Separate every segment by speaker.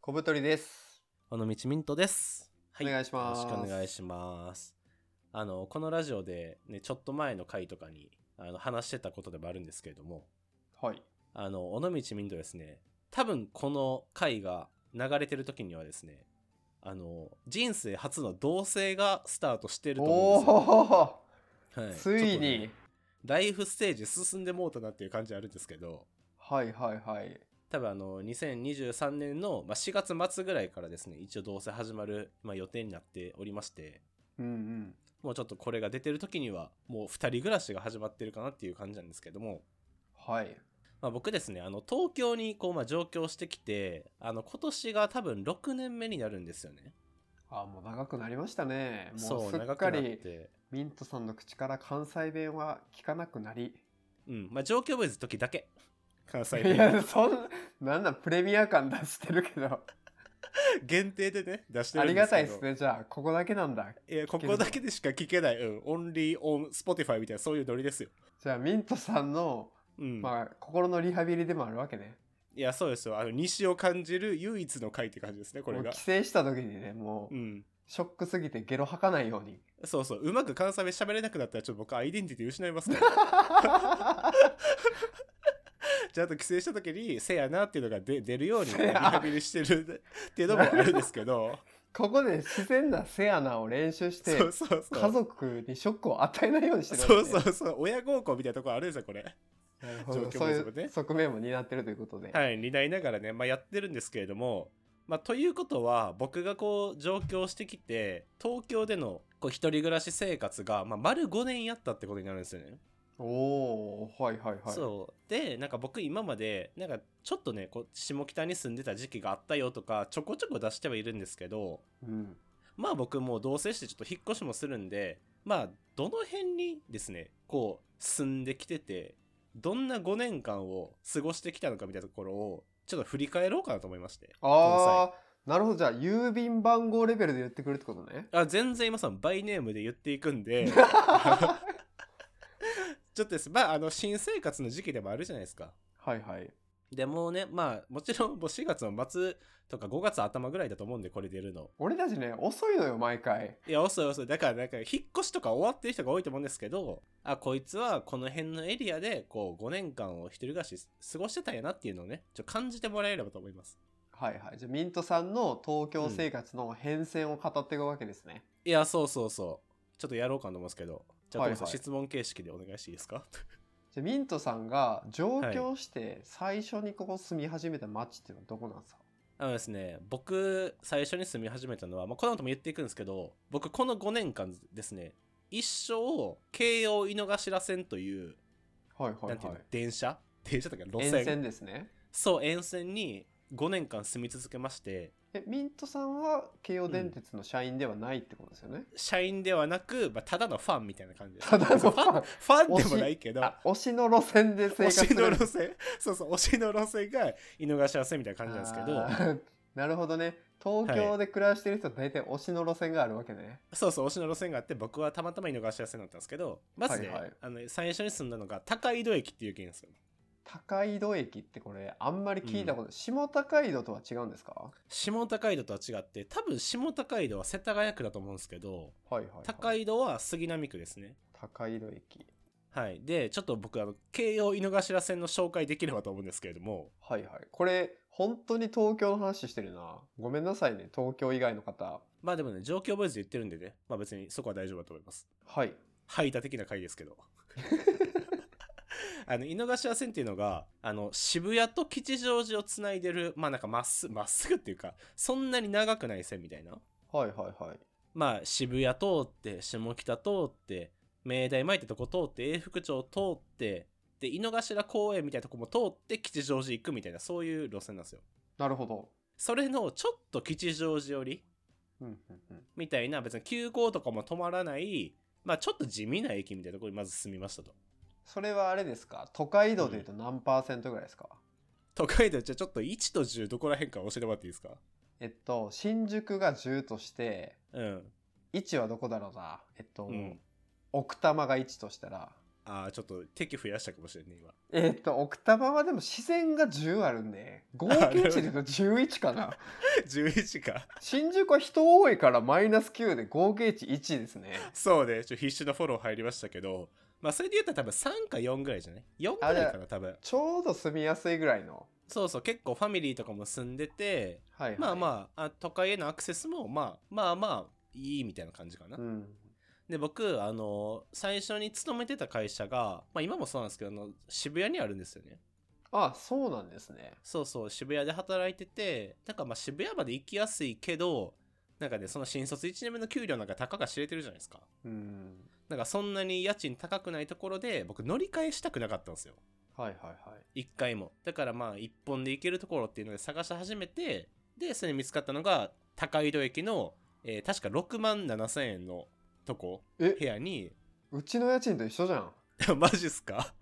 Speaker 1: 小太りです。
Speaker 2: 尾道ミントです。は
Speaker 1: お願いします
Speaker 2: よろしくお願いします。あの、このラジオで、ね、ちょっと前の回とかにあの話してたことでもあるんですけれども、
Speaker 1: はい。
Speaker 2: あの、尾道ミントですね、多分この回が流れてる時にはですね、あの、人生初の同棲がスタートしてると思うんですよ。
Speaker 1: お
Speaker 2: は
Speaker 1: ーつい
Speaker 2: ちょっと
Speaker 1: に
Speaker 2: ね。ライフステージ進んでもうたなっていう感じあるんですけど、
Speaker 1: はいはいはい。
Speaker 2: 多分あの2023年のまあ4月末ぐらいからですね一応どうせ始まるまあ予定になっておりまして
Speaker 1: うんうん。
Speaker 2: もうちょっとこれが出てる時にはもう2人暮らしが始まってるかなっていう感じなんですけども、
Speaker 1: はい。
Speaker 2: まあ、僕ですねあの東京にこうまあ上京してきてあの今年が多分6年目になるんですよね
Speaker 1: あーもう長くなりましたね。もう
Speaker 2: そう
Speaker 1: すっ
Speaker 2: 長
Speaker 1: か
Speaker 2: くなっ
Speaker 1: り
Speaker 2: て、
Speaker 1: ミントさんの口から関西弁は聞かなくなり。
Speaker 2: うんまあ、上京ボーイズの時だけ関西
Speaker 1: いや、
Speaker 2: 弁
Speaker 1: そんな、なんなんプレミア感出してるけど。
Speaker 2: 限定でね出して
Speaker 1: あ
Speaker 2: る
Speaker 1: り
Speaker 2: んで
Speaker 1: が
Speaker 2: すけど
Speaker 1: たいですね。じゃあ、ここだけなんだ。
Speaker 2: いやここだけでしか聞けない、うん、オンリーオン Spotify みたいなそういうノリですよ、
Speaker 1: じゃあ、ミントさんの、
Speaker 2: うん、
Speaker 1: まあ、心のリハビリでもあるわけね。
Speaker 2: いや、そうですよ。あの、西を感じる唯一の回って感じですね、こ
Speaker 1: もう
Speaker 2: れが
Speaker 1: 帰。省した時にね、も
Speaker 2: う
Speaker 1: う、
Speaker 2: ん。
Speaker 1: ショックすぎてゲロ吐かないように。
Speaker 2: そうそう。うまく関西弁喋れなくなったら、ちょっと僕、アイデンティティ失いますから。ちゃんと帰省した時に、せやなっていうのが出出るように、
Speaker 1: せ
Speaker 2: リ
Speaker 1: や
Speaker 2: ハビリしてるっていうのもあるんですけど。
Speaker 1: ここで自然なセアナを練習して
Speaker 2: そうそうそう。
Speaker 1: 家族にショックを与えないようにしてる
Speaker 2: そうそ
Speaker 1: わ
Speaker 2: うそう。親孝行みたいなところあるんですよ、これ。
Speaker 1: けねなるほど
Speaker 2: 状況
Speaker 1: そうい
Speaker 2: もそうね
Speaker 1: う側面も担ってるということで、
Speaker 2: はい、担いながらね、まあ、やってるんですけれども、まあ、ということは僕がこう上京してきて東京でのこう一人暮らし生活が、まあ、丸5年やったってことになるんですよね。
Speaker 1: おおーはいはいはい
Speaker 2: そうでなんか僕今までなんかちょっとねこう下北に住んでた時期があったよとかちょこちょこ出してはいるんですけど
Speaker 1: うん、
Speaker 2: まあ僕もう同棲してちょっと引っ越しもするんでまあどの辺にですねこう住んできててどんな5年間を過ごしてきたのかみたいなところをちょっと振り返ろうかなと思いまして
Speaker 1: ああなるほどじゃあ郵便番号レベルで言ってくるってこと ね
Speaker 2: あ全然今さんバイネームで言っていくんでちょっとですまああの新生活の時期でもあるじゃないですか
Speaker 1: はいはい
Speaker 2: でもうねまあもちろんもう4月の末とか5月頭ぐらいだと思うんでこれ出るの
Speaker 1: 俺たちね遅いのよ毎回
Speaker 2: いや遅い遅いだからなんか引っ越しとか終わってる人が多いと思うんですけどあこいつはこの辺のエリアでこう5年間を一人暮らし過ごしてたんやなっていうのをねちょっと感じてもらえればと思います
Speaker 1: はいはいじゃあミントさんの東京生活の変遷を語っていくわけですね、
Speaker 2: いやそうそうそうちょっとやろうかと思うんですけどじゃあ、
Speaker 1: はいは
Speaker 2: ト
Speaker 1: い
Speaker 2: ムさん質問形式でお願いしていいですか
Speaker 1: じゃあミントさんが上京して最初にここ住み始めた街っていうのはどこなんですか、
Speaker 2: あのですね僕最初に住み始めたのは、まあ、この後も言っていくんですけど僕この5年間ですね一生京王井の頭線という
Speaker 1: はい、はいはい
Speaker 2: なんていうの電車電車とか路線
Speaker 1: 沿線ですね
Speaker 2: そう沿線に5年間住み続けまして
Speaker 1: えミントさんは京王電鉄の社員ではないってことですよね、
Speaker 2: 社員ではなく、まあ、ただのファンみたいな感じです
Speaker 1: ただのファン
Speaker 2: ファンファンでもないけど
Speaker 1: あ推しの路線で生
Speaker 2: 推
Speaker 1: 活す
Speaker 2: し
Speaker 1: る
Speaker 2: の路線そうそう推しの路線が井の頭線みたいな感じなんですけど
Speaker 1: あー なるほどね東京で暮らしてる人は大体推しの路線があるわけね、
Speaker 2: そうそう推しの路線があって僕はたまたま井の頭線だったんですけどまずね、
Speaker 1: はいはい
Speaker 2: あの最初に住んだのが高井戸駅っていう駅なんですよ
Speaker 1: 高井戸駅ってこれあんまり聞いたこと、下高井戸とは違うんですか
Speaker 2: 下高井戸とは違って多分下高井戸は世田谷区だと思うんですけど
Speaker 1: はいはい、はい、
Speaker 2: 高井戸は杉並区ですね
Speaker 1: 高井戸駅
Speaker 2: はいでちょっと僕あの京王井の頭線の紹介できればと思うんですけれども
Speaker 1: はいはいこれ本当に東京の話してるなごめんなさいね東京以外の方
Speaker 2: まあでもね状況ボイスで言ってるんでねまあ別にそこは大丈夫だと思います
Speaker 1: はい
Speaker 2: 排他的な回ですけど あの井の頭線っていうのがあの渋谷と吉祥寺をつないでるまあなんかまっすぐまっすぐっていうかそんなに長くない線みたいな
Speaker 1: はいはいはい
Speaker 2: まあ渋谷通って下北通って明大前ってとこ通って永福町通ってで井の頭公園みたいなとこも通って吉祥寺行くみたいなそういう路線なんですよ
Speaker 1: なるほど
Speaker 2: それのちょっと吉祥寺寄り
Speaker 1: うんうんうん
Speaker 2: みたいな別に急行とかも止まらないまあちょっと地味な駅みたいなところにまず住みましたと
Speaker 1: それはあれですか都会移動でいうと何パーセントぐらいですか、
Speaker 2: 都会でじゃあちょっと1と10どこら辺か教えてもらっていいですか
Speaker 1: えっと新宿が10として
Speaker 2: うん
Speaker 1: 1はどこだろうなえっと、
Speaker 2: うん
Speaker 1: 奥多摩が1としたら
Speaker 2: ああ、ちょっと敵増やしたかもしれんね、今。
Speaker 1: えーっと、奥多摩はでも自然が10あるんで、合計値で言うと11かな。
Speaker 2: 11か。
Speaker 1: 新宿は人多いからマイナス9で合計値1ですね。
Speaker 2: そうね、ちょっと必死のフォロー入りましたけど、まあ、それで言ったら多分3か4ぐらいじゃない ?4 ぐらいかな、多分。
Speaker 1: ちょうど住みやすいぐらいの。
Speaker 2: そうそう、結構ファミリーとかも住んでて、
Speaker 1: はい、はい。
Speaker 2: まあまあ、あ都会へのアクセスも、まあまあまあ、いいみたいな感じかな。
Speaker 1: うん。
Speaker 2: で、僕、あの、最初に勤めてた会社が、まあ今もそうなんですけど、あの渋谷にあるんですよね。
Speaker 1: あ、そうなんですね。
Speaker 2: そうそう、渋谷で働いてて、なんかまあ渋谷まで行きやすいけど、なんかね、その新卒1年目の給料なんか高が知れてるじゃないですか。
Speaker 1: うん。
Speaker 2: なんかそんなに家賃高くないところで、僕乗り換えしたくなかったんですよ。
Speaker 1: はいはいはい。
Speaker 2: 一回も。だからまあ一本で行けるところっていうので探し始めて、で、それに見つかったのが、高井戸駅の、えー確か6万7千円のとこ、
Speaker 1: え
Speaker 2: 部屋に、
Speaker 1: うちの家賃と一緒じゃん。
Speaker 2: マジっすか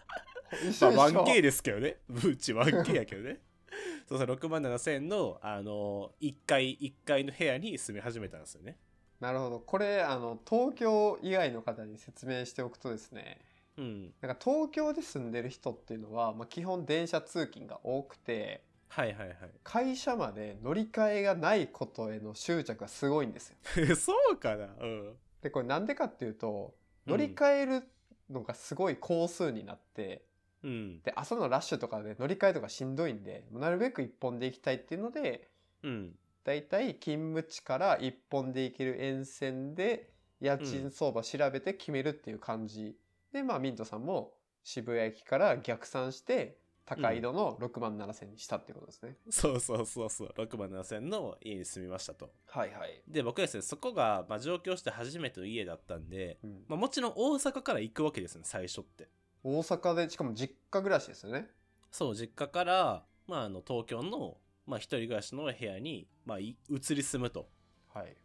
Speaker 1: 一
Speaker 2: ま
Speaker 1: 緒
Speaker 2: あ
Speaker 1: 一緒。
Speaker 2: 1K ですけどね。うち 1K やけどね。 そうそう、6万7千円の、あのー、1階、一階の部屋に住み始めたんですよね。
Speaker 1: なるほど。これ、あの、東京以外の方に説明しておくとですね、
Speaker 2: うん。
Speaker 1: なんか東京で住んでる人っていうのは、まあ、基本電車通勤が多くて、
Speaker 2: はいはいは
Speaker 1: 会社まで乗り換えがないことへの執着がすごいんですよ。
Speaker 2: い。 そうかなうん。
Speaker 1: で、これなんでかっていうと、乗り換えるのがすごい高数になって、
Speaker 2: うん。
Speaker 1: で、朝のラッシュとかで乗り換えとかしんどいんで、なるべく一本で行きたいっていうので、
Speaker 2: うん。
Speaker 1: だいたい勤務地から一本で行ける沿線で、家賃相場調べて決めるっていう感じ。で、まあ、ミントさんも渋谷駅から逆算して、高井戸の6万7千にしたっていうことですね。
Speaker 2: そうそうそうそう。6万7千円の家に住みましたと。
Speaker 1: はいはい。
Speaker 2: で、僕ですね、そこが、まあ、上京して初めての家だったんで、
Speaker 1: うん
Speaker 2: まあ、もちろん大阪から行くわけですね、最初って。
Speaker 1: 大阪で、しかも実家暮らしですよね。
Speaker 2: そう、実家から、まあ、あの、東京の、まあ、一人暮らしの部屋に、まあ、い移り住むと。
Speaker 1: はい。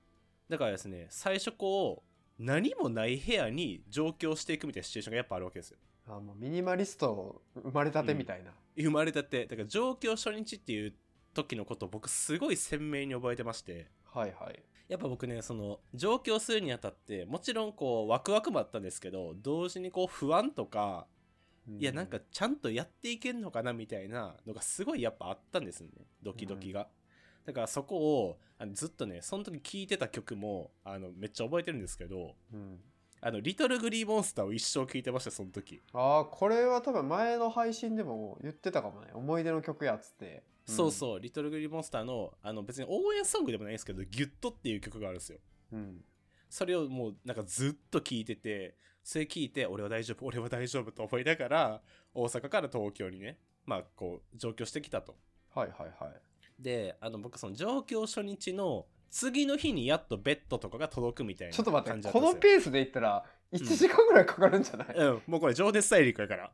Speaker 2: だからですね、最初こう、何もない部屋に上京していくみたいなシチュエーションがやっぱあるわけですよ。
Speaker 1: あもうミニマリスト生まれたてみたいな。
Speaker 2: 生まれたて、だから上京初日っていう時のことを僕すごい鮮明に覚えてまして、
Speaker 1: はいはい。
Speaker 2: やっぱ僕ね、その、上京するにあたって、もちろんこう、ワクワクもあったんですけど、同時にこう、不安とか、
Speaker 1: うん
Speaker 2: いやなんかちゃんとやっていけんのかなみたいなのがすごいやっぱあったんですねドキドキが、だからそこをあのずっとねその時聴いてた曲もあのめっちゃ覚えてるんですけど
Speaker 1: うん
Speaker 2: あのリトルグリーモンスターを一生聴いてましたその時、
Speaker 1: ああ、これは多分前の配信でも言ってたかもね。思い出の曲やっつって。
Speaker 2: そうそうリトルグリーモンスターのあの別に応援ソングでもないんですけど「ギュッと」っていう曲があるんですよ
Speaker 1: うん。うん。
Speaker 2: それをもうなんかずっと聴いててそれ聴いて俺は大丈夫俺は大丈夫と思いながら大阪から東京にねまあこう上京してきたと
Speaker 1: はいはいはい。
Speaker 2: で、あの、僕、その上京初日の次の日にやっとベッドとかが届くみたいな
Speaker 1: ちょっと待っ
Speaker 2: 感
Speaker 1: て、
Speaker 2: じだ
Speaker 1: こ
Speaker 2: たん
Speaker 1: の
Speaker 2: ですよ
Speaker 1: ペースでいったら1時間ぐらいかかるんじゃない、
Speaker 2: うん、もうこれ、情熱大陸や から。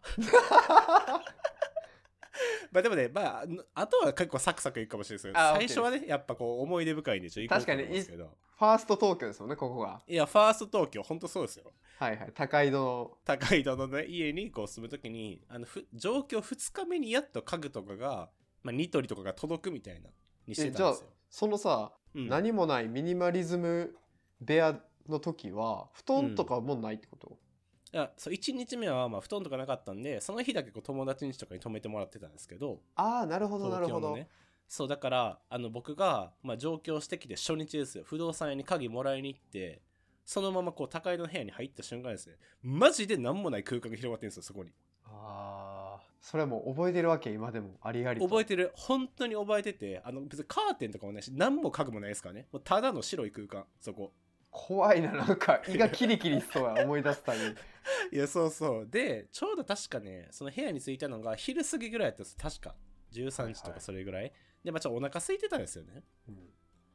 Speaker 2: まあでもね、まあ、あとは結構サクサクいくかもしれないですけど、
Speaker 1: あ
Speaker 2: 最初はね、やっぱこう、思い出深いんで、ちょっと行こうと思うんですけど。
Speaker 1: ファースト東京ですよね、ここが。
Speaker 2: いや、ファースト東京、ほんとそうですよ。
Speaker 1: はいはい。高井戸の。
Speaker 2: 高井戸のね、家にこう住むときに、あの、ふ上京2日目にやっと家具とかが、まあ、ニトリとかが届くみたいな、にして
Speaker 1: え、じ
Speaker 2: たん
Speaker 1: ゃ
Speaker 2: で
Speaker 1: あ
Speaker 2: すよ。、
Speaker 1: そのさ、
Speaker 2: うん
Speaker 1: 何もないミニマリズム部屋の時は、布団とかもないってこと、
Speaker 2: いやそう1日目はまあ布団とかなかったんでその日だけこう友達ん家とかに泊めてもらってたんですけど
Speaker 1: ああ、なるほど、な
Speaker 2: 東
Speaker 1: る
Speaker 2: 京
Speaker 1: ほ
Speaker 2: の
Speaker 1: ど。
Speaker 2: ねそうだからあの僕が、まあ、上京してきて初日ですよ不動産屋に鍵もらいに行ってそのままこう高井の部屋に入った瞬間ですねマジで何もない空間が広がってるんですよそこに
Speaker 1: ああ、それはもう覚えてるわけ、今でも。ありありと。
Speaker 2: 覚えてる本当に覚えててあの別にカーテンとかもないし何も家具もないですからねもうただの白い空間そこ
Speaker 1: 怖いな、なん か胃がキリキリしそうや、思い出すたびに。
Speaker 2: いやそうそうでちょうど確かねその部屋に着いたのが昼過ぎぐらいだったんです確か13時とかそれぐらい、でまあちょっとお腹空いてたんですよね
Speaker 1: うん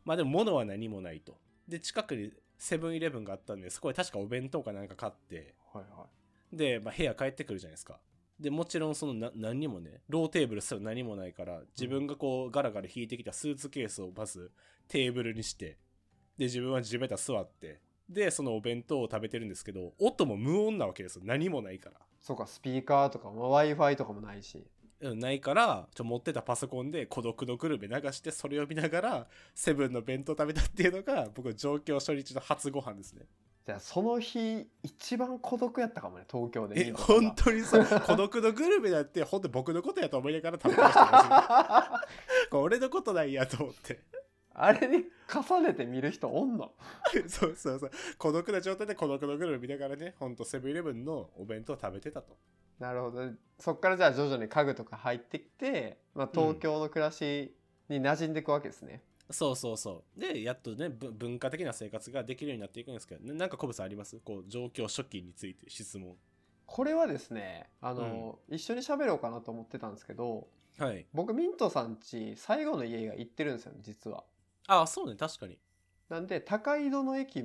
Speaker 2: まあでも物は何もないとで近くにセブンイレブンがあったんでそこで確かお弁当かなんか買って
Speaker 1: はいは
Speaker 2: で、まあ、部屋帰ってくるじゃないですかでもちろんそのな何にもねローテーブルすら何もないから自分がこうガラガラ引いてきたスーツケースをまずテーブルにしてで自分は地べた座ってでそのお弁当を食べてるんですけど音も無音なわけですよ何もないから
Speaker 1: そうか、スピーカーとかも Wi-Fi とかもないし。
Speaker 2: うんないからちょ持ってたパソコンで「孤独のグルメ」流してそれを見ながらセブンの弁当食べたっていうのが僕上京初日の初ご飯ですね
Speaker 1: じゃあその日一番孤独やったかもね東京でミ
Speaker 2: え
Speaker 1: ントさんが
Speaker 2: 本当にそう 孤独のグルメだって本当僕のことやと思いながら食べましたよ これ俺のことないやと思って
Speaker 1: あれに重ねて見る人おんの
Speaker 2: そうそうそう孤独な状態で孤独のグルメ見ながらね本当セブンイレブンのお弁当を食べてたと
Speaker 1: なるほどそっからじゃあ徐々に家具とか入ってきて、まあ、東京の暮らしに馴染んでいくわけですね、
Speaker 2: そうそうそうでやっとねぶ文化的な生活ができるようになっていくんですけど、ね、なんかコブさんありますこう状況初期について質問
Speaker 1: これはですねあの、一緒に喋ろうかなと思ってたんですけど
Speaker 2: はい
Speaker 1: 僕ミントさん家最後の家が行ってるんですよね実は
Speaker 2: ああそうね確かに
Speaker 1: なんで高井戸の駅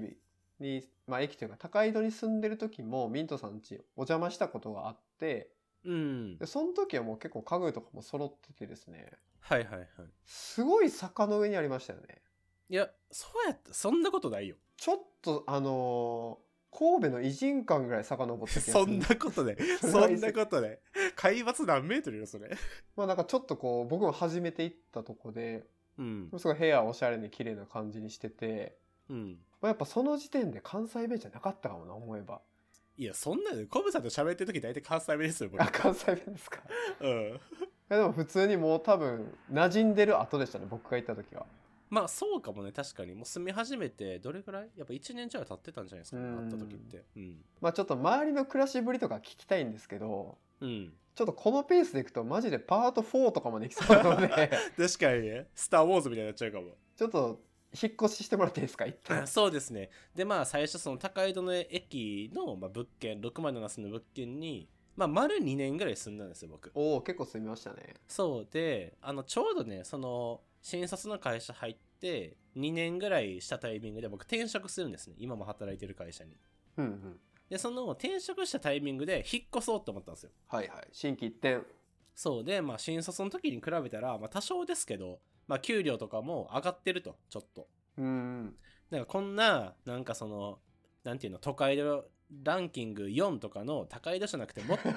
Speaker 1: にまあ駅というか高井戸に住んでる時もミントさん家お邪魔したことがあって
Speaker 2: うん
Speaker 1: でその時はもう結構家具とかも揃っててですね
Speaker 2: はいはいはい
Speaker 1: すごい坂の上にありましたよね
Speaker 2: いやそうやったそんなことないよ
Speaker 1: ちょっとあのー神戸の偉人館ぐらい遡って
Speaker 2: そんなことで、
Speaker 1: そ
Speaker 2: そ
Speaker 1: ん
Speaker 2: ん
Speaker 1: な
Speaker 2: なこと で。海抜何メートルよ、それ。
Speaker 1: まあなんかちょっとこう僕も初めて行ったとこで
Speaker 2: うん。
Speaker 1: すごい部屋をおしゃれに綺麗な感じにしてて、
Speaker 2: うん。
Speaker 1: まあ、やっぱその時点で関西弁じゃなかったかもな思えば
Speaker 2: いや、そんなの、コブさんと喋ってる時大体関西弁ですよ、僕
Speaker 1: あ。関西弁ですかい
Speaker 2: うん。
Speaker 1: やでも普通にもう多分馴染んでる後でしたね僕が行った時は
Speaker 2: まあ、そうかもね、確かに。もう住み始めて、どれくらいやっぱ1年ちょいは経ってたんじゃないですか、
Speaker 1: うん
Speaker 2: 会った時って。うん。
Speaker 1: まあちょっと周りの暮らしぶりとか聞きたいんですけど
Speaker 2: うん。
Speaker 1: ちょっとこのペースでいくとマジでパート4とかまで行きそうなので
Speaker 2: 確かにね、スター・ウォーズみたいになっちゃうかも。
Speaker 1: ちょっと引っ越ししてもらっていいですか一旦
Speaker 2: あ そうですね。で、まあ、最初、その高井戸の駅の、まあ、物件、607住の物件に、まあ、丸2年ぐらい住んだんですよ、僕。
Speaker 1: おお結構住みましたね
Speaker 2: そうであのちょうどねその新卒の会社入って2年ぐらいしたタイミングで僕転職するんですね今も働いてる会社に
Speaker 1: うんうん
Speaker 2: でその転職したタイミングで引っ越そうと思ったんですよ
Speaker 1: はいはい新規一転
Speaker 2: そうでまあ新卒の時に比べたら、まあ、多少ですけどまあ給料とかも上がってるとちょっと
Speaker 1: うんうん
Speaker 2: なんかこんななんかそのなんていうの都会のランキング4とかの高い戸じゃなくてもっと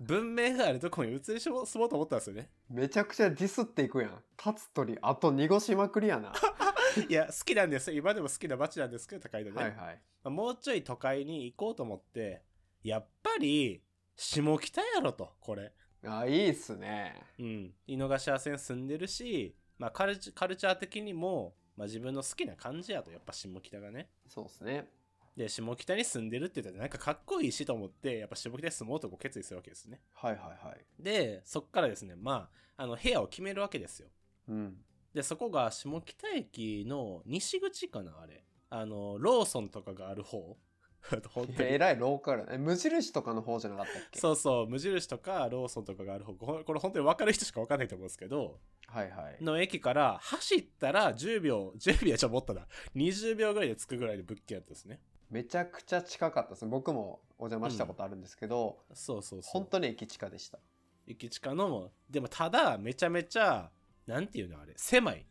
Speaker 2: 文明があるとこに移り住もうと思ったんですよね
Speaker 1: めちゃくちゃディスっていくやん立つ鳥あと濁しまくりやなはい
Speaker 2: や好きなんですよ今でも好きな街なんですけど高井戸ね、
Speaker 1: はい
Speaker 2: まあもうちょい都会に行こうと思って、やっぱり、下北やろと、これ。
Speaker 1: あいいっすね
Speaker 2: うん。井の頭線住んでるし、まあカルチカルチャー的にも、まあ自分の好きな感じやと、やっぱ下北がね。
Speaker 1: そうっすね
Speaker 2: で、下北に住んでるって言ったらなんかかっこいいしと思って、やっぱ下北に住もうとこう決意するわけですね。
Speaker 1: はいはいはい
Speaker 2: で、そっからですね、まあ、あの、部屋を決めるわけですよ。
Speaker 1: うん
Speaker 2: で、そこが下北駅の西口かな、あれ。あの、ローソンとかがある方。 本
Speaker 1: い
Speaker 2: 当
Speaker 1: や
Speaker 2: に
Speaker 1: えらいローカルえ無印とかの方じゃなかったっけ
Speaker 2: そうそう無印とかローソンとかがある方これこれ本当に分かる人しか分かんないと思うんですけど
Speaker 1: はいはい
Speaker 2: の駅から走ったら10秒10秒じゃ もったな20秒ぐらいで着くぐらいで物件やったんですね
Speaker 1: めちゃくちゃ近かったです僕もお邪魔したことあるんですけど、
Speaker 2: そうそうそ
Speaker 1: 本
Speaker 2: う
Speaker 1: 当に駅近でした
Speaker 2: 駅近のでもただめちゃめちゃなんていうのあれ狭い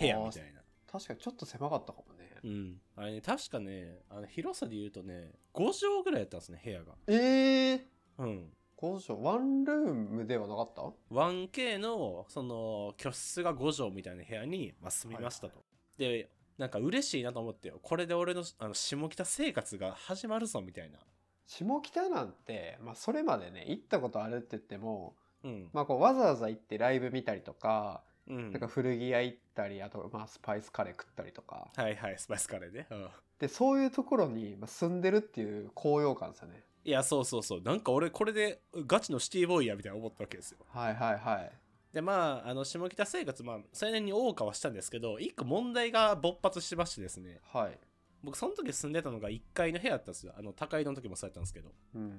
Speaker 2: 部屋みたいな
Speaker 1: 確かにちょっと狭かったかもね、
Speaker 2: うんあれね確かねあの広さで言うとね5畳ぐらいやったんですね部屋が
Speaker 1: ええー、
Speaker 2: うん
Speaker 1: 5畳ワンルームではなかった
Speaker 2: 1K のその居室が5畳みたいな部屋に、まあ、住みましたと、でなんか嬉しいなと思ってこれで俺のあの下北生活が始まるぞみたいな
Speaker 1: 下北なんて、まあ、それまでね行ったことあるって言っても、
Speaker 2: うん、
Speaker 1: まあ、こうわざわざ行ってライブ見たりとか,、
Speaker 2: うん
Speaker 1: なんか古着屋行ったりあと、まあ、スパイスカレー食ったりとか
Speaker 2: はいはいスパイスカレーね、うん、
Speaker 1: でそういうところにまあ住んでるっていう高揚感ですよね
Speaker 2: いやそうそうそうなんか俺これでガチのシティボーイやみたいな思ったわけですよ
Speaker 1: はいはいはい
Speaker 2: でまああの下北生活まあそれなりに謳歌はしたんですけど一個問題が勃発しましてですね
Speaker 1: はい、
Speaker 2: 僕その時住んでたのが1階の部屋だったんですよあの高井戸の時もそうやったんですけど
Speaker 1: うん、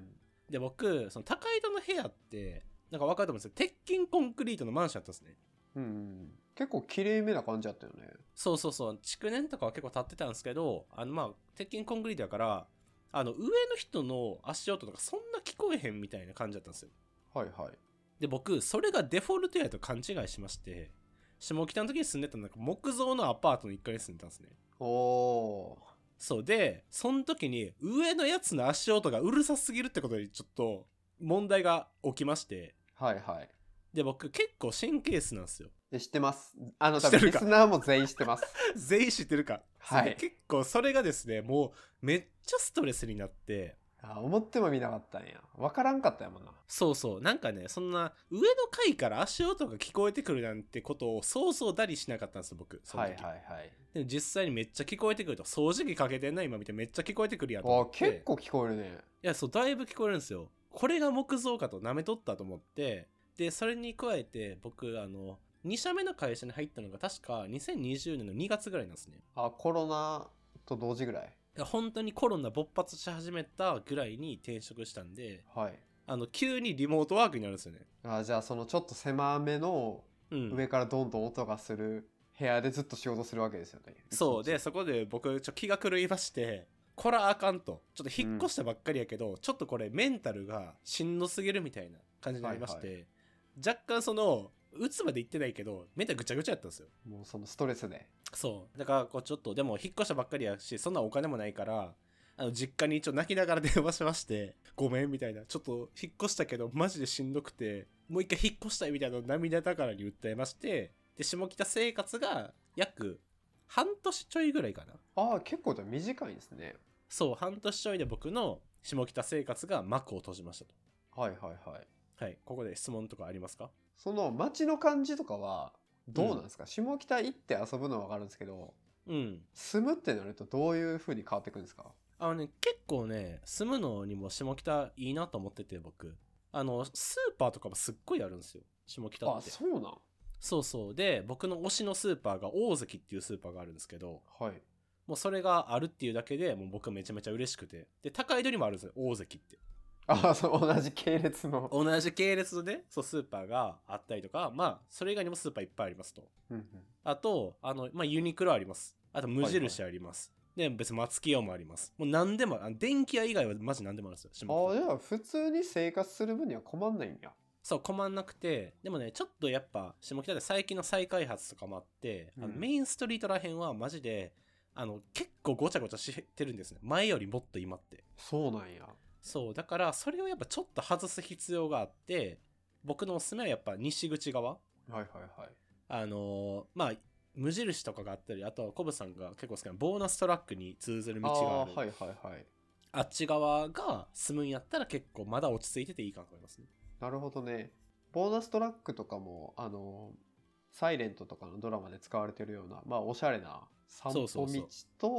Speaker 2: で僕その高井戸の部屋ってなんか分かると思うんですよ鉄筋コンクリートのマンションだったんですね
Speaker 1: うんうん結構綺麗めな感じだったよね
Speaker 2: そうそうそう築年とかは結構立ってたんですけどあのまあ鉄筋コンクリートだからあの上の人の足音とかそんな聞こえへんみたいな感じだったんですよ
Speaker 1: はいはい
Speaker 2: で僕それがデフォルトやと勘違いしまして下北の時に住んでたのが木造のアパートの1階に住んでたんですね
Speaker 1: おお
Speaker 2: そうでその時に上のやつの足音がうるさすぎるってことにちょっと問題が起きまして
Speaker 1: ーはいはい
Speaker 2: で僕結構神経質なんですよ
Speaker 1: で知ってます。あの、多分
Speaker 2: 知ってる
Speaker 1: リ
Speaker 2: か
Speaker 1: スナーも全員知ってます。
Speaker 2: 全員知ってるか。
Speaker 1: はい
Speaker 2: 結構それがですね、もうめっちゃストレスになって、
Speaker 1: あ思っても見なかったんや。わからんかったやもんな。
Speaker 2: そうそう、なんかね、そんな上の階から足音が聞こえてくるなんてことをそうそうだりしなかったんですよ、僕。その
Speaker 1: はい
Speaker 2: 時
Speaker 1: はいはい。
Speaker 2: でも実際にめっちゃ聞こえてくると、掃除機かけてんな、今見てめっちゃ聞こえてくるやんと思
Speaker 1: あ
Speaker 2: って。
Speaker 1: 結構聞こえるね。
Speaker 2: いや、そう、だいぶ聞こえるんですよ。これが木造かと舐めとったと思って、で、それに加えて、僕、あの、2社目の会社に入ったのが確か2020年の2月ぐらいなんですね。
Speaker 1: あコロナと同時ぐらい。
Speaker 2: いや本当にコロナ勃発し始めたぐらいに転職したんで、
Speaker 1: はい。
Speaker 2: あの、急にリモートワークになるんですよね。
Speaker 1: あじゃあそのちょっと狭めの
Speaker 2: うん。
Speaker 1: 上からどんどん音がする部屋でずっと仕事するわけですよね。
Speaker 2: そう。
Speaker 1: 一日
Speaker 2: で、そこで僕、ちょっと気が狂いまして、こらあかんと。ちょっと引っ越したばっかりやけど、ちょっとこれメンタルがしんどすぎるみたいな感じになりまして、
Speaker 1: は
Speaker 2: 若干その、打つまで行ってないけど、メンタルぐちゃぐちゃやったんですよ。
Speaker 1: もうそのストレスで。
Speaker 2: そう。だから、こうちょっと、でも引っ越したばっかりやし、そんなお金もないから、あの、実家に一応泣きながら電話しまして、ごめんみたいな、ちょっと引っ越したけど、マジでしんどくて、もう一回引っ越したいみたいなのを涙ながらに訴えまして、で、下北生活が約半年ちょいぐらいかな。
Speaker 1: ああ結構じゃあ短いですね。
Speaker 2: そう、半年ちょいで僕の下北生活が幕を閉じました
Speaker 1: はいはいはい。
Speaker 2: と。はい、ここで質問とかありますか
Speaker 1: その街の感じとかはどうなんですか、下北行って遊ぶのは分かるんですけど
Speaker 2: うん。
Speaker 1: 住むってなるとどういう風に変わってくるんですか
Speaker 2: あのね、結構ね、住むのにも下北いいなと思ってて、僕。あの、スーパーとかもすっごいあるんですよ。下北
Speaker 1: あ
Speaker 2: って。
Speaker 1: そうなん
Speaker 2: そうそう。で、僕の推しのスーパーが大関っていうスーパーがあるんですけど、
Speaker 1: はい
Speaker 2: もうそれがあるっていうだけでもう僕めちゃめちゃ嬉しくて。で、高井戸にもあるんですよ、大関って。
Speaker 1: あそう同じ系列の、
Speaker 2: 同じ系列でね、そう、スーパーがあったりとか、まあ、それ以外にもスーパーいっぱいありますと。
Speaker 1: うんうん、
Speaker 2: あと、あの、まあ、ユニクロあります。あと、無印あります。で、別に松木屋もあります。もう何でもあ、あの電気屋以外はマジ何でもあるんですよ。下北
Speaker 1: あじゃあ普通に生活する分には困んないんや
Speaker 2: そう、困んなくて、でもね、ちょっとやっぱ、下北で最近の再開発とかもあって、あの
Speaker 1: うん
Speaker 2: メインストリートら辺はマジで、あの、結構ごちゃごちゃしてるんですね。前よりもっと今って。
Speaker 1: そうなんや
Speaker 2: そう、だから、それをやっぱちょっと外す必要があって、僕のおすすめはやっぱ西口側。
Speaker 1: はいはいはい
Speaker 2: あのーまあ、無印とかがあったり、あとはコブさんが結構好きなボーナストラックに通ずる道
Speaker 1: あ
Speaker 2: があ
Speaker 1: あ
Speaker 2: る。あ,、
Speaker 1: ーはいはいはい
Speaker 2: っち側が住むんやったら結構まだ落ち着いてていいかなと思いますね。
Speaker 1: なるほどねボーナストラックとかもあのサイレントとかのドラマで使われてるようなまあおしゃれな散歩
Speaker 2: そう
Speaker 1: 道と
Speaker 2: そうそう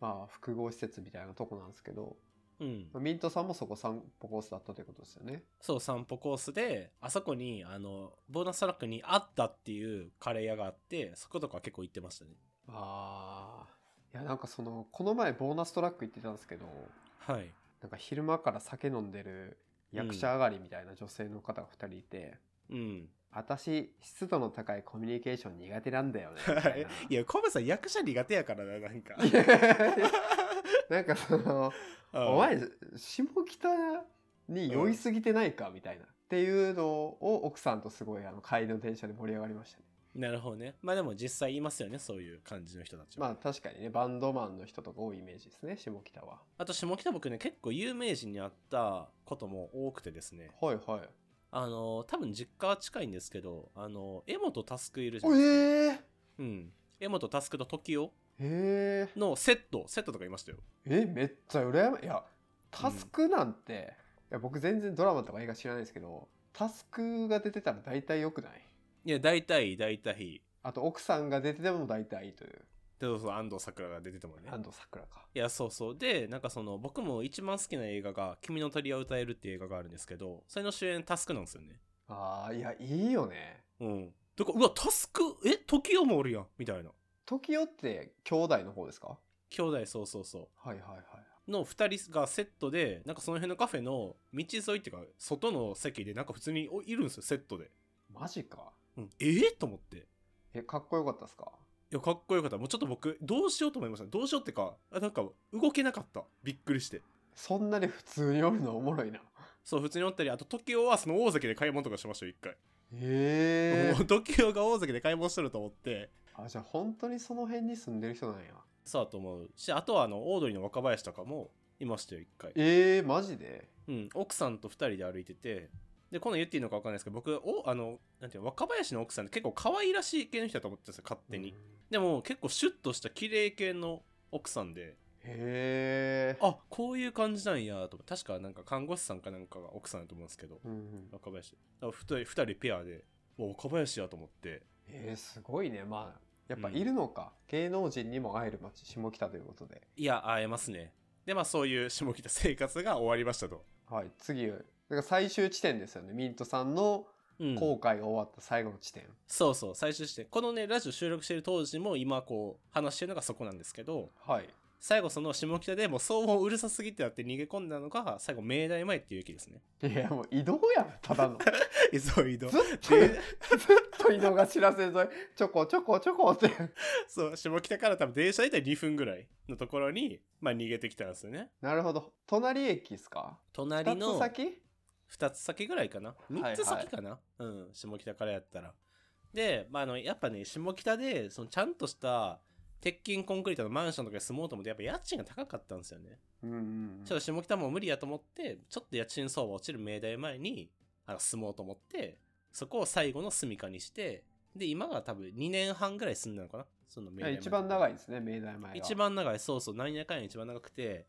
Speaker 1: まあ複合施設みたいなとこなんですけど
Speaker 2: うん。
Speaker 1: ミントさんもそこ散歩コースだったということですよね。
Speaker 2: そう、散歩コースで、あそこに、あの、ボーナストラックにあったっていうカレー屋があって、そことか結構行ってましたね。
Speaker 1: ああ。いや、なんかその、この前ボーナストラック行ってたんですけど、
Speaker 2: はい。
Speaker 1: なんか昼間から酒飲んでる役者上がりみたいな女性の方が2人いて、
Speaker 2: うん。
Speaker 1: 私、湿度の高いコミュニケーション苦手なんだよね。みたい
Speaker 2: いや、コブさん役者苦手やからな、なんか。
Speaker 1: な なんかその、
Speaker 2: うん
Speaker 1: お前、下北に酔いすぎてないかみたいな。っていうのを奥さんとすごいあの帰りの電車で盛り上がりましたね。
Speaker 2: なるほどね。まあでも実際いますよね、そういう感じの人たちは。
Speaker 1: まあ確かにね、バンドマンの人とか多いイメージですね、下北は。
Speaker 2: あと下北僕ね、結構有名人に会ったことも多くてですね。
Speaker 1: はいはい。
Speaker 2: あの、多分実家は近いんですけど、あの、江本タスクいるじゃ
Speaker 1: え
Speaker 2: ん。
Speaker 1: え
Speaker 2: うん。江本タスクと時代
Speaker 1: え
Speaker 2: のセット、セットとかいましたよ。
Speaker 1: えめっちゃ羨まいやタスクなんて、いや僕全然ドラマとか映画知らないですけどタスクが出てたら大体良くない
Speaker 2: いや、大体、大体、
Speaker 1: あと奥さんが出てても大体いいという
Speaker 2: そうそう、安藤サクラが出てたもんね。
Speaker 1: 安藤サクラか
Speaker 2: いや、そうそう。で、なんかその、僕も一番好きな映画が、君の鳥は歌えるっていう映画があるんですけど、それの主演タスクなんですよね。
Speaker 1: あーいやいいよね
Speaker 2: うん。だから、うわ、タスク、え、時代もおるやん、みたいな。
Speaker 1: 時代って兄弟の方ですか
Speaker 2: 兄弟、そうそうそう。
Speaker 1: はいはいはい
Speaker 2: の2人がセットでなんかその辺のカフェの道沿いっていうか外の席でなんか普通においるんですよセットで、
Speaker 1: マジか
Speaker 2: うん、ええと思ってい
Speaker 1: えかっこよかったですか
Speaker 2: やかっこよかったもうちょっと僕どうしようと思いましたどうしようってかあなんか動けなかったびっくりして
Speaker 1: そんなに普通におるのおもろいな
Speaker 2: そう普通におったりあと時代はその大関で買い物とかしましたよ一回、
Speaker 1: え
Speaker 2: もう時代が大関で買い物してると思って
Speaker 1: ー、あじゃあ本当にその辺に住んでる人なんや
Speaker 2: そうだと思うしあとはあのオードリーの若林とかもいましたよ一回
Speaker 1: えー、マジで
Speaker 2: うん、奥さんと2人で歩いててで、この言っていいのか分かんないですけど、僕、お、あの、なんていうの若林の奥さんって結構可愛らしい系の人だと思ってたんですよ、勝手に。でも、結構シュッとした綺麗系の奥さんで、
Speaker 1: へえ。
Speaker 2: あ、こういう感じなんや、と思って。確かなんか看護師さんかなんかが奥さんだと思うんですけど、
Speaker 1: うんうん。
Speaker 2: 若林。だから二人、二人ペアで、お、若林やと思って。
Speaker 1: えー、すごいね。まあ、やっぱ
Speaker 2: うん
Speaker 1: いるのか。芸能人にも会える街、下北ということで。
Speaker 2: いや、会えますね。で、まあそういう下北生活が終わりましたと。
Speaker 1: はい、次。だから最終地点ですよね。ミントさんの
Speaker 2: うん
Speaker 1: 後悔が終わった最後の地点。
Speaker 2: そうそう、最終して。このね、ラジオ収録してる当時も今こう、話してるのがそこなんですけど、
Speaker 1: はい。
Speaker 2: 最後その下北でもう騒音うるさすぎてなって逃げ込んだのが、最後明大前っていう駅です ね。
Speaker 1: いや、もう移動やん、ただの。
Speaker 2: え、そう、移動
Speaker 1: ず。っと、ずっと移動が知らせ沿い、ちょこちょこちょこって。
Speaker 2: そう、下北から多分電車で2分ぐらいのところに、まあ逃げてきたんですよね。
Speaker 1: なるほど。隣駅ですか
Speaker 2: 隣
Speaker 1: 二
Speaker 2: の
Speaker 1: つ先
Speaker 2: 2つ先ぐらいかな。
Speaker 1: いはい
Speaker 2: 3つ先かな。うん、下北からやったら。で、まあ、あの、やっぱね、下北で、そのちゃんとした、鉄筋コンクリートのマンションとかで住もうと思って、やっぱ家賃が高かったんですよね。
Speaker 1: うんうんうん。
Speaker 2: ちょっと下北もう無理やと思って、ちょっと家賃相場落ちる明大前に、あの、住もうと思って、そこを最後の住みかにして、で、今が多分2年半ぐらい住んだのかなその明
Speaker 1: いや
Speaker 2: 大前。
Speaker 1: 一番長いですね、明大前は。
Speaker 2: 一。番長い、そうそう、何やかんや一番長くて、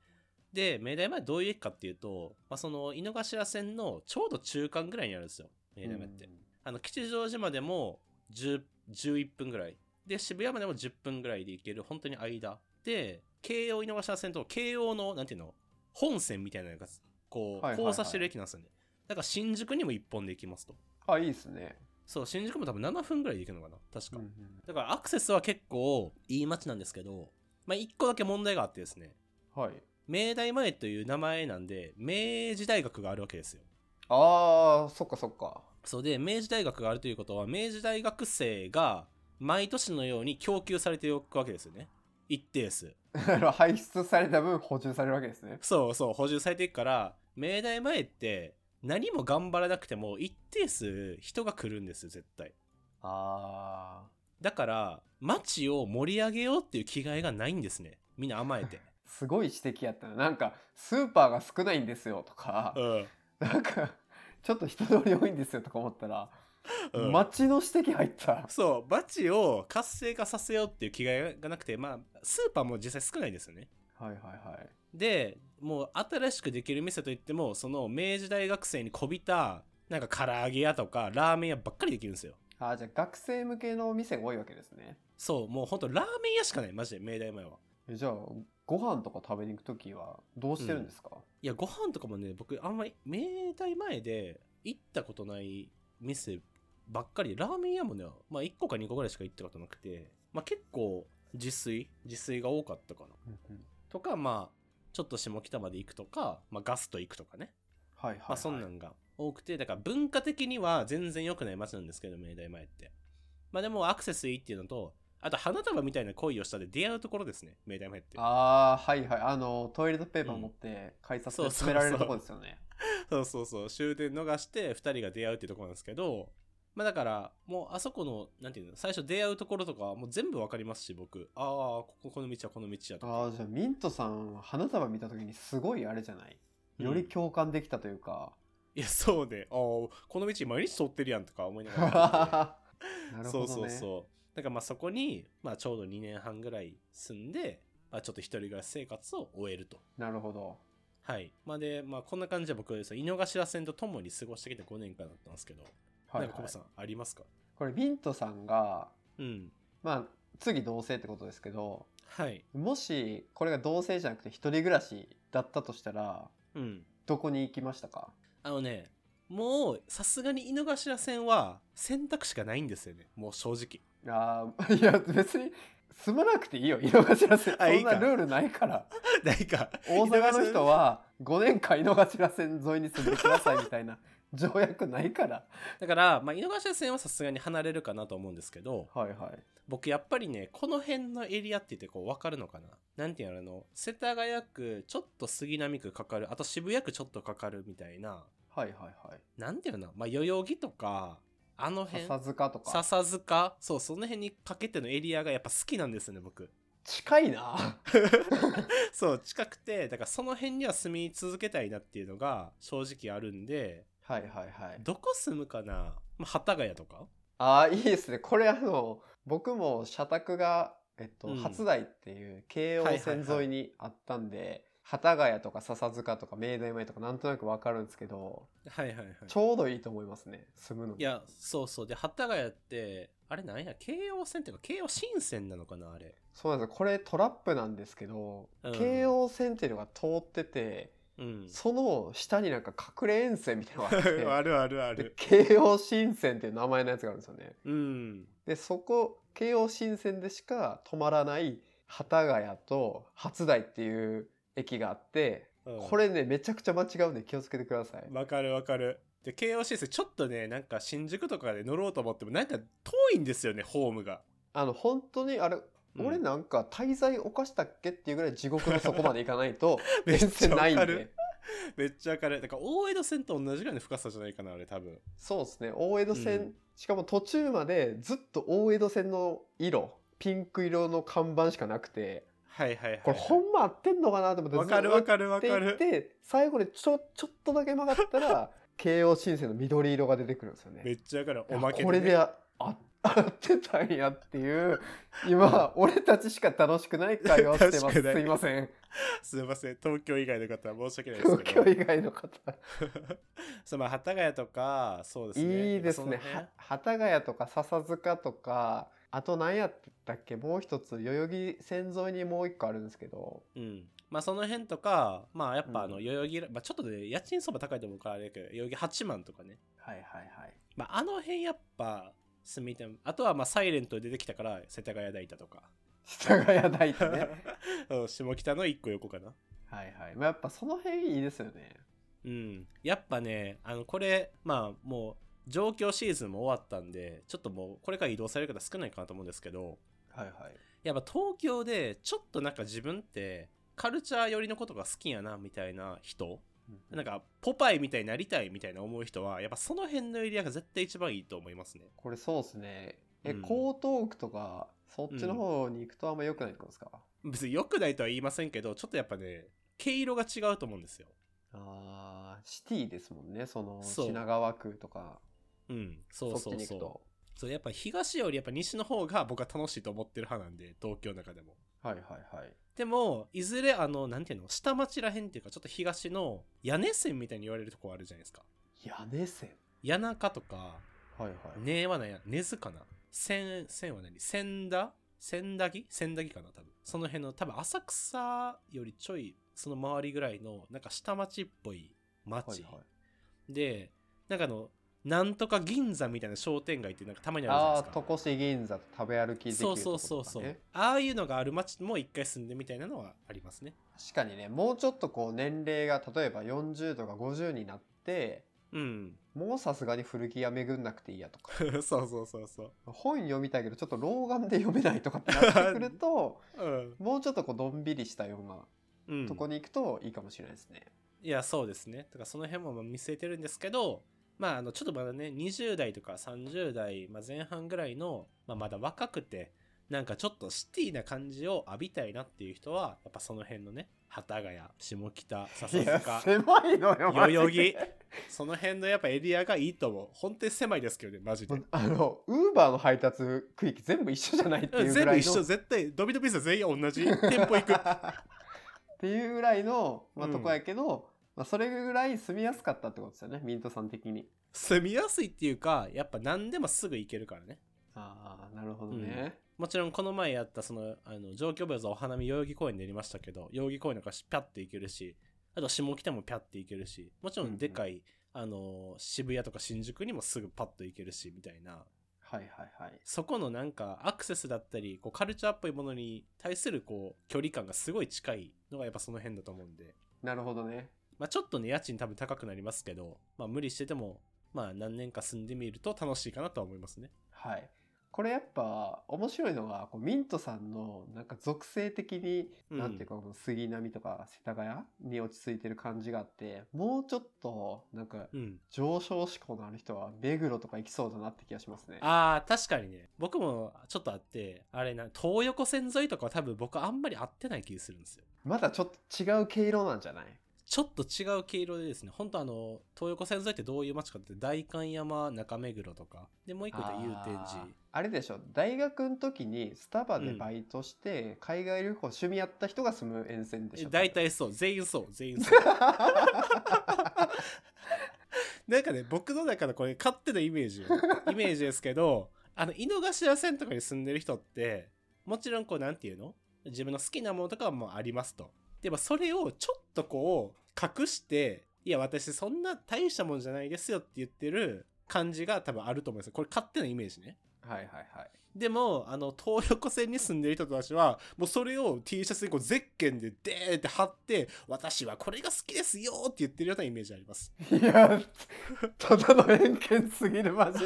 Speaker 2: で、明大前どういう駅かっていうと、まあ、その、井の頭線のちょうど中間ぐらいにあるんですよ、明大前って。。あの、吉祥寺までも10 11分ぐらい。で、渋谷までも10分ぐらいで行ける、本当に間。で、京王井の頭線と慶応の、なんていうの、本線みたいなのが、こう、
Speaker 1: はいはいはい
Speaker 2: 交差してる駅なんですよね。だから新宿にも1本で行きますと。
Speaker 1: あ、いいですね。
Speaker 2: そう、新宿も多分7分ぐらいで行けるのかな、確か。
Speaker 1: うんうん
Speaker 2: だからアクセスは結構いい街なんですけど、まあ、一個だけ問題があってですね、
Speaker 1: はい。
Speaker 2: 明大前という名前なんで、明治大学があるわけですよ。
Speaker 1: ああ、そっかそっか。
Speaker 2: そうで、明治大学があるということは、明治大学生が毎年のように供給されておくわけですよね。一定数。
Speaker 1: だから排出された分補充されるわけですね。
Speaker 2: そうそう、補充されていくから、明大前って何も頑張らなくても一定数人が来るんですよ、絶対。
Speaker 1: ああ。
Speaker 2: だから、街を盛り上げようっていう気概がないんですね。みんな甘えて。
Speaker 1: すごい指摘やったな。なんか、スーパーが少ないんですよとか、
Speaker 2: うん。
Speaker 1: なんか、ちょっと人通り多いんですよとか思ったら、
Speaker 2: うん
Speaker 1: 街の指摘入った。
Speaker 2: そう、バチを活性化させようっていう気概がなくて、まあ、スーパーも実際少ないんですよね。
Speaker 1: はいはいはい。
Speaker 2: で、もう新しくできる店といっても、その明治大学生にこびた、なんか唐揚げ屋とかラーメン屋ばっかりできるんですよ。
Speaker 1: ああ、じゃあ学生向けのお店が多いわけですね。
Speaker 2: そう、もうほんとラーメン屋しかない、マジで、明大前は。
Speaker 1: えじゃあ、ご飯とか食べに行くときはどうしてるんですか、
Speaker 2: いや、ご飯とかもね、僕、あんまり、明大前で行ったことない店ばっかりで、ラーメン屋もね、まあ1個か2個ぐらいしか行ったことなくて、まあ結構、自炊自炊が多かったかな。
Speaker 1: うんうん
Speaker 2: とか、まあ、ちょっと下北まで行くとか、まあ、ガスト行くとかね。
Speaker 1: はいはい、はい。
Speaker 2: まあ、そんなんが多くて、だから文化的には全然良くない街なんですけど、明大前って。まあ、でもアクセスいいっていうのと、あと花束みたいな恋をしたで出会うところですね、明大前って。
Speaker 1: ああー、はいはい。あの、トイレットペーパー持って改札で
Speaker 2: そうそう
Speaker 1: 詰められるとこですよね。
Speaker 2: そうそうそう、終電逃して2人が出会うっていうところなんですけど、まあだから、もうあそこの、なんていうの、最初出会うところとかはもう全部わかりますし、僕、ああ、こここの道はこの道やとか。
Speaker 1: ああ、じゃあ、ミントさんは花束見た時にすごいあれじゃないより
Speaker 2: うん
Speaker 1: 共感できたというか。
Speaker 2: いや、そうね、ああ、この道毎日通ってるやんとか思い ながら見てて。
Speaker 1: なるほど、
Speaker 2: そ
Speaker 1: ね。
Speaker 2: うそうそう。だからまあそこに、まあちょうど2年半ぐらい住んで、まあちょっと一人暮らし生活を終えると。
Speaker 1: なるほど。
Speaker 2: はい。まあで、まあこんな感じで僕、その井の頭線と共に過ごしてきた5年間だったんですけど、
Speaker 1: はい、
Speaker 2: なんか
Speaker 1: は
Speaker 2: コ
Speaker 1: い
Speaker 2: バ。さんありますか
Speaker 1: これ、ミントさんが、
Speaker 2: うん。
Speaker 1: まあ、次同棲ってことですけど、
Speaker 2: はい。
Speaker 1: もし、これが同棲じゃなくて一人暮らしだったとしたら、
Speaker 2: うん。
Speaker 1: どこに行きましたか
Speaker 2: あのね、もうさすがに井の頭線は選択肢がないんですよね。もう正直。
Speaker 1: ああ、 いや、別に、住まなくていいよ、井の頭線。そ
Speaker 2: あいい
Speaker 1: ん
Speaker 2: か
Speaker 1: なルールない から。
Speaker 2: ないか。
Speaker 1: 大阪の人は5年間井の頭線沿いに住んでくださいみたいな 条約ないから
Speaker 2: だから、まあ、井の頭線はさすがに離れるかなと思うんですけど、
Speaker 1: はいはい
Speaker 2: 僕やっぱりね、この辺のエリアって言ってこう分かるのかななんていうのあの、世田谷区、ちょっと杉並区かかる、あと渋谷区ちょっとかかるみたいな、
Speaker 1: はいはいはい
Speaker 2: なんていうのまあ、代々木とか、あの辺、
Speaker 1: 笹塚とか
Speaker 2: 笹塚、そう、その辺にかけてのエリアがやっぱ好きなんですよね、僕。
Speaker 1: 近いな
Speaker 2: そう近くてだからその辺には住み続けたいなっていうのが正直あるんで
Speaker 1: はいはいはい。
Speaker 2: どこ住むかなまあ幡ヶ谷とか
Speaker 1: ああ、いいですね。これあの、僕も社宅が、えっと、
Speaker 2: うん
Speaker 1: 初台っていう京王
Speaker 2: はいはいは
Speaker 1: 線
Speaker 2: い
Speaker 1: 沿いにあったんで、幡ヶ谷とか笹塚とか明大前とかなんとなくわかるんですけど、
Speaker 2: はいはいはい
Speaker 1: ちょうどいいと思いますね。住むの
Speaker 2: い
Speaker 1: に。
Speaker 2: やそうそうで幡ヶ谷ってあれなんや京王線っていうか京王新線なのかなあれ
Speaker 1: そうなんですよ。これトラップなんですけど、
Speaker 2: うん
Speaker 1: 京王線っていうのが通ってて、
Speaker 2: うん
Speaker 1: その下になんか隠れ沿線みたいなの があって、
Speaker 2: る あるあ
Speaker 1: で京王新線っていう名前のやつがあるんですよね。
Speaker 2: うん
Speaker 1: でそこ京王新線でしか止まらない幡ヶ谷と初台っていう駅があって、これねめちゃくちゃ間違うんで気をつけてください、
Speaker 2: わかるわかるで京王新線ちょっとねなんか新宿とかで乗ろうと思ってもなんか遠いんですよねホームが、
Speaker 1: あの本当にあれ、
Speaker 2: うん
Speaker 1: 俺なんか滞在犯したっけっていうぐらい地獄の底まで行かないと
Speaker 2: めっ
Speaker 1: 全
Speaker 2: ちゃ
Speaker 1: 然
Speaker 2: わ
Speaker 1: ないん
Speaker 2: かる
Speaker 1: で
Speaker 2: めっちゃわかるだから大江戸線と同じぐらいの深さじゃないかなあれ多分
Speaker 1: そうですね大江戸線、
Speaker 2: うん
Speaker 1: しかも途中までずっと大江戸線の色ピンク色の看板しかなくて
Speaker 2: はいはいはい
Speaker 1: これほんま合ってんのかなと思って
Speaker 2: わかるわかるわ
Speaker 1: って
Speaker 2: か
Speaker 1: いっ
Speaker 2: る
Speaker 1: て最後にちょちょっとだけ曲がった ら京王新線の緑色が出てくるんですよね。
Speaker 2: めっちゃわかるおまけ
Speaker 1: これ
Speaker 2: ね
Speaker 1: でああ 合ってたんやっていう 今俺たちしか楽しくない会話をしてま
Speaker 2: 確
Speaker 1: す
Speaker 2: かに
Speaker 1: すいません
Speaker 2: すいません東京以外の方は申し訳ないです
Speaker 1: 東
Speaker 2: けど
Speaker 1: 京以外の方、
Speaker 2: そうまあ幡ヶ谷とかそうですね
Speaker 1: いいですね
Speaker 2: その辺
Speaker 1: は幡ヶ谷とか笹塚とかあと何やったっけもう一つ代々木線沿いにもう一個あるんですけど
Speaker 2: うんまあその辺とかまあやっぱあの
Speaker 1: う
Speaker 2: 代々木ら、まあ、ちょっとね家賃相場高いと思うからあれだけど代々木八幡とかね、
Speaker 1: はいはいはい
Speaker 2: まあ、あの辺やっぱ住みたいあとはまあサイレントで出てきたから世田谷代田とか、
Speaker 1: 下谷台ってね
Speaker 2: うん下北の一個横かな
Speaker 1: はいはい、まあ、やっぱその辺いいですよね
Speaker 2: うんやっぱねあのこれまあもう上京シーズンも終わったんでちょっともうこれから移動される方少ないかなと思うんですけど
Speaker 1: はいはい
Speaker 2: やっぱ東京でちょっとなんか自分ってカルチャー寄りのことが好きやなみたいな人なんかポパイみたいになりたいみたいな思う人はやっぱその辺のエリアが絶対一番いいと思いますね
Speaker 1: これそうですね。え、
Speaker 2: うん
Speaker 1: 江東区とか、そっちの方に行くとあんま良くないってことですか、
Speaker 2: 別に良くないとは言いませんけどちょっとやっぱね毛色が違うと思うんですよ
Speaker 1: ああ、シティですもんね。その、
Speaker 2: そう
Speaker 1: 品川区とか、
Speaker 2: うんそ
Speaker 1: そうっち
Speaker 2: そう
Speaker 1: に行
Speaker 2: そ
Speaker 1: く
Speaker 2: う
Speaker 1: と。
Speaker 2: そうやっぱ東よりやっぱ西の方が僕は楽しいと思ってる派なんで東京の中でも
Speaker 1: はいはいはい。
Speaker 2: でもいずれあのなんていうの下町らへんっていうかちょっと東の屋根線みたいに言われるとこあるじゃないですか
Speaker 1: 屋根線。
Speaker 2: 谷中とか
Speaker 1: はいはい。
Speaker 2: 根は何や根津かな千千は何千田千駄木千駄木かな多分その辺の多分浅草よりちょいその周りぐらいのなんか下町っぽい町、
Speaker 1: はいはい。
Speaker 2: でなんかあのなんとか銀座みたいな商店街ってなんかたまにあるじゃ
Speaker 1: ああ
Speaker 2: ないで
Speaker 1: ー、
Speaker 2: すか
Speaker 1: 戸越銀座と食べ歩きできると
Speaker 2: そ
Speaker 1: ことか、
Speaker 2: うそ
Speaker 1: ね。
Speaker 2: うそうそう、ああいうのがある町も一回住んでみたいなのはありますね
Speaker 1: 確かにね、もうちょっとこう、年齢が、例えば40とか50になって、
Speaker 2: うん
Speaker 1: もうさすがに古着屋巡んなくていいやとか。
Speaker 2: そうそうそうそう
Speaker 1: 本読みたいけど、ちょっと老眼で読めないとかってなってくる と、
Speaker 2: うん、
Speaker 1: もうちょっとこう、のんびりしたような
Speaker 2: うん、
Speaker 1: とこに行くといいかもしれないですね。
Speaker 2: いや、そうですね。だからその辺もまあ見据えてるんですけど、まあ、あの、ちょっとまだね、20代とか30代、まあ、前半ぐらいの、まあ、まだ若くて、なんかちょっとシティな感じを浴びたいなっていう人は、やっぱその辺のね、幡ヶ谷、下北、
Speaker 1: いや
Speaker 2: 笹 塚、
Speaker 1: 狭いのよマジで
Speaker 2: 代々木その辺のやっぱエリアがいいと思う。本当に狭いですけどね、マジで。
Speaker 1: あのウーバーの配達区域全部一緒じゃないって
Speaker 2: う
Speaker 1: い
Speaker 2: ん
Speaker 1: うぐ
Speaker 2: 全
Speaker 1: ら
Speaker 2: 部
Speaker 1: いの。
Speaker 2: 一緒、絶対、ドビドビさん全員同じ店舗行く
Speaker 1: っていうぐらいの、まあ、
Speaker 2: うん
Speaker 1: とこやけど、まあ、それぐらい住みやすかったってことですよねミントさん的に
Speaker 2: 住みやすいっていうか、やっぱ何でもすぐ行けるからね。
Speaker 1: ああなるほどね、
Speaker 2: もちろんこの前やったその、あの、上京部はお花見代々木公園でやりましたけど、代々木公園なんかピャッて行けるし、あと下北もピャッて行けるし、もちろんでかい、あの、渋谷とか新宿にもすぐパッと行けるし、みたいな。
Speaker 1: はいはいはい
Speaker 2: そこのなんかアクセスだったり、こうカルチャーっぽいものに対するこう、距離感がすごい近いのがやっぱその辺だと思うんで。
Speaker 1: なるほどね
Speaker 2: まあちょっとね、家賃多分高くなりますけど、まあ無理してても、まあ何年か住んでみると楽しいかなとは思いますね。
Speaker 1: はいこれやっぱ面白いのはこうミントさんのなんか属性的に、
Speaker 2: うん
Speaker 1: なんていうかこの杉並とか世田谷に落ち着いてる感じがあってもうちょっとなんか
Speaker 2: うん。
Speaker 1: 上昇志向のある人は目黒とか行きそうだなって気がしますね。
Speaker 2: あー確かにね僕もちょっとあってあれな東横線沿いとかは多分僕あんまり合ってない気がするんですよ
Speaker 1: まだちょっと違う毛色なんじゃない
Speaker 2: ちょっと違う経路でですね、本当あの、東横線沿いってどういう街かって、代官山、中目黒とか、で、もう一個で祐天
Speaker 1: あー
Speaker 2: 寺。
Speaker 1: あれでしょ大学の時にスタバでバイトして海外旅行趣味やった人が住む沿線でし
Speaker 2: え
Speaker 1: ょ
Speaker 2: 大体そう、全員そう、全員そう。 なんかね、僕の中のこれ、勝手なイメー ジよ、イメージですけど、あの、井の頭線とかに住んでる人って、もちろんこう、なんていうの自分の好きなものとかはもうありますと。でも、それをちょっとこう、隠して、いや、私そんな大したもんじゃないですよって言ってる感じが多分あると思うんですよ。これ、勝手なイメージね。
Speaker 1: はいはいはい
Speaker 2: でも、あの、東横線に住んでる人たちは、もうそれを T シャツにこう、ゼッケンでデーって貼って、私はこれが好きですよって言ってるようなイメージあります。
Speaker 1: いやただの偏見すぎるマジで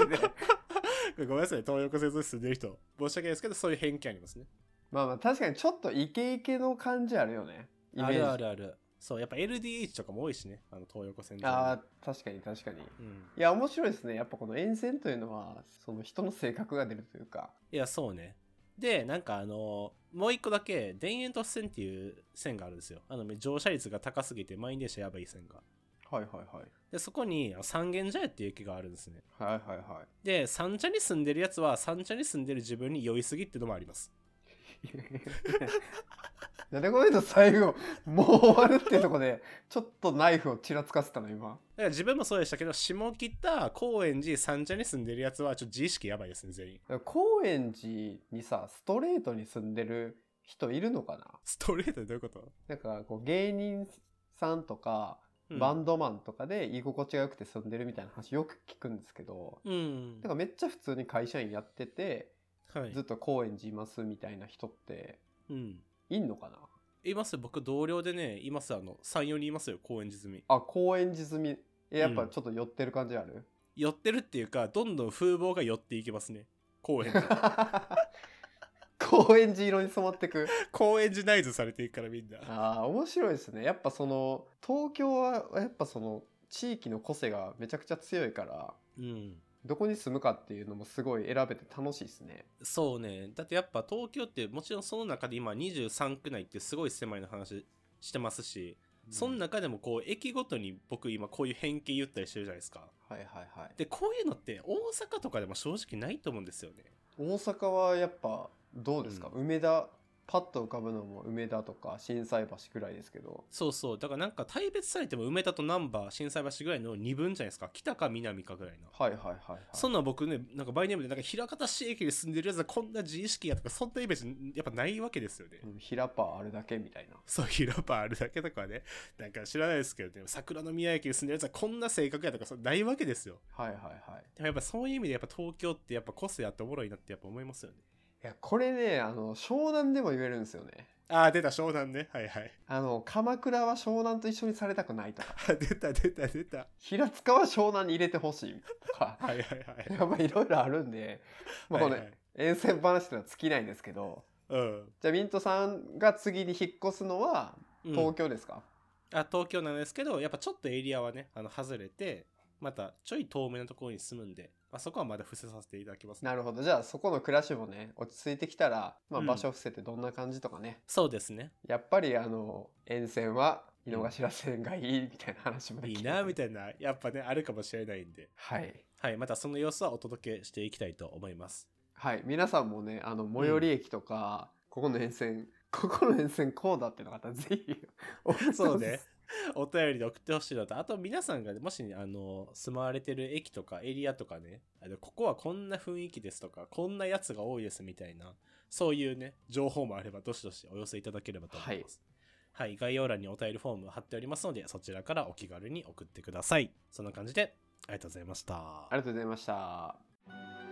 Speaker 2: ごめんなさい、東横線に住んでる人。申し訳ないですけど、そういう偏見ありますね。
Speaker 1: まあまあ確かにちょっとイケイケの感じあるよねイメージあ
Speaker 2: るある。そう、やっぱ LDH とかも多いしね、あの、東横線沿い
Speaker 1: あー確かに確かに
Speaker 2: うん。
Speaker 1: いや面白いですねやっぱこの沿線というのはその人の性格が出るというか
Speaker 2: いや、そうね。で、なんかあの、もう一個だけ、田園都市線っていう線があるんですよ。あの、乗車率が高すぎて、満員電車やばい線が。
Speaker 1: はいはいはい
Speaker 2: で、そこに、あの三軒茶屋っていう駅があるんですね。
Speaker 1: はいはいは
Speaker 2: で三茶に住んでるやつは三茶に住んでる自分に酔いすぎってのもあります
Speaker 1: い なんでこの人最後もう終わるっていうとこでちょっとナイフをちらつかせたの今
Speaker 2: だから自分もそうでしたけど下北高円寺三茶に住んでるやつはちょっと自意識やばいですね全員
Speaker 1: 高円寺にさストレートに住んでる人いるのかな
Speaker 2: ストレートでどういうこと、
Speaker 1: なんかこう芸人さんとか
Speaker 2: うん
Speaker 1: バンドマンとかで居心地が良くて住んでるみたいな話よく聞くんですけど、
Speaker 2: うん
Speaker 1: なんかめっちゃ普通に会社員やってて
Speaker 2: はい
Speaker 1: ずっと高円寺いますみたいな人って
Speaker 2: うん
Speaker 1: いんのかない
Speaker 2: ますよ僕同僚でねいますあの34人いますよ高円寺済み
Speaker 1: あ高円寺済みえやっ
Speaker 2: う
Speaker 1: ぱ
Speaker 2: ん
Speaker 1: ちょっと寄ってる感じある、
Speaker 2: 寄ってるっていうかどんどん風貌が寄っていきますね 高円寺
Speaker 1: 高円寺色に染まってく
Speaker 2: 高円寺ナイズされていくからみんな
Speaker 1: あー面白いですねやっぱその東京はやっぱその地域の個性がめちゃくちゃ強いから
Speaker 2: うん
Speaker 1: どこに住むかっていうのもすごい選べて楽しいですね
Speaker 2: そうね。だってやっぱ東京ってもちろんその中で今23区内ってすごい狭いの話してますし、その中でもこう駅ごとに僕今こういう偏見言ったりしてるじゃないですか。
Speaker 1: はいはいはい
Speaker 2: で、こういうのって大阪とかでも正直ないと思うんですよね。
Speaker 1: 大阪はやっぱどうですか、
Speaker 2: う
Speaker 1: 梅田パッと浮かぶのも梅田とか心斎橋くらいですけど
Speaker 2: そうそう。だからなんか大別されても梅田と難波、心斎橋ぐらいの2分じゃないですか。北か南かぐらいの。
Speaker 1: はいはいはいはい
Speaker 2: そんなん僕ね、なんかバイネームでなんか平方市駅に住んでるやつはこんな自意識やとかそんなイメージやっぱないわけですよね。
Speaker 1: うん平パーあるだけみたいな
Speaker 2: そう、広場あるだけとかね、なんか知らないですけど、ね、桜の宮駅に住んでるやつはこんな性格やとか、そうないわけですよ。
Speaker 1: はいはいはい
Speaker 2: でもやっぱそういう意味で、やっぱ東京ってやっぱ個性あっておもろいなってやっぱ思いますよね。
Speaker 1: いやこれねあの湘南でも言えるんですよね
Speaker 2: あー、出た、湘南ね。はい はい。
Speaker 1: あの鎌倉は湘南と一緒にされたくないとか
Speaker 2: あ出た、出た、出た。
Speaker 1: 平塚は湘南に入れてほしいとか
Speaker 2: はいはいはい。
Speaker 1: やっぱいろいろあるんで、まあ、この
Speaker 2: はいはい
Speaker 1: 沿線話っていうのは尽きないんですけど
Speaker 2: うん。
Speaker 1: じゃあミントさんが次に引っ越すのは
Speaker 2: うん
Speaker 1: 東京ですか、
Speaker 2: あ東京なんですけど、やっぱちょっとエリアはね、あの外れて、またちょい遠めのところに住むんで、まあ、そこはまだ伏せさせていただきます、
Speaker 1: なるほどじゃあそこの暮らしもね落ち着いてきたら、まあ、
Speaker 2: うん
Speaker 1: 場所を伏せてどんな感じとかね、
Speaker 2: そうです ね。
Speaker 1: やっぱりあの沿線は井の頭線がいいみたいな話もで
Speaker 2: い
Speaker 1: き
Speaker 2: い
Speaker 1: て
Speaker 2: な、みたいな、やっぱね、あるかもしれないんで。
Speaker 1: はい
Speaker 2: はい、またその様子はお届けしていきたいと思います。
Speaker 1: はい皆さんもねあの最寄り駅とか、ここの沿線ここの沿線こうだっていうのがあったらぜひお願いします
Speaker 2: そうね。 お便りで送ってほしいのと、あと皆さんがねもしね、あの、住まわれてる駅とかエリアとかね、あのここはこんな雰囲気ですとか、こんなやつが多いですみたいな、そういうね、情報もあれば、どしどしお寄せいただければと思います。はい、概要欄にお便りフォーム貼っておりますので、そちらからお気軽に送ってください。そんな感じで、ありがとうございました。
Speaker 1: ありがとうございました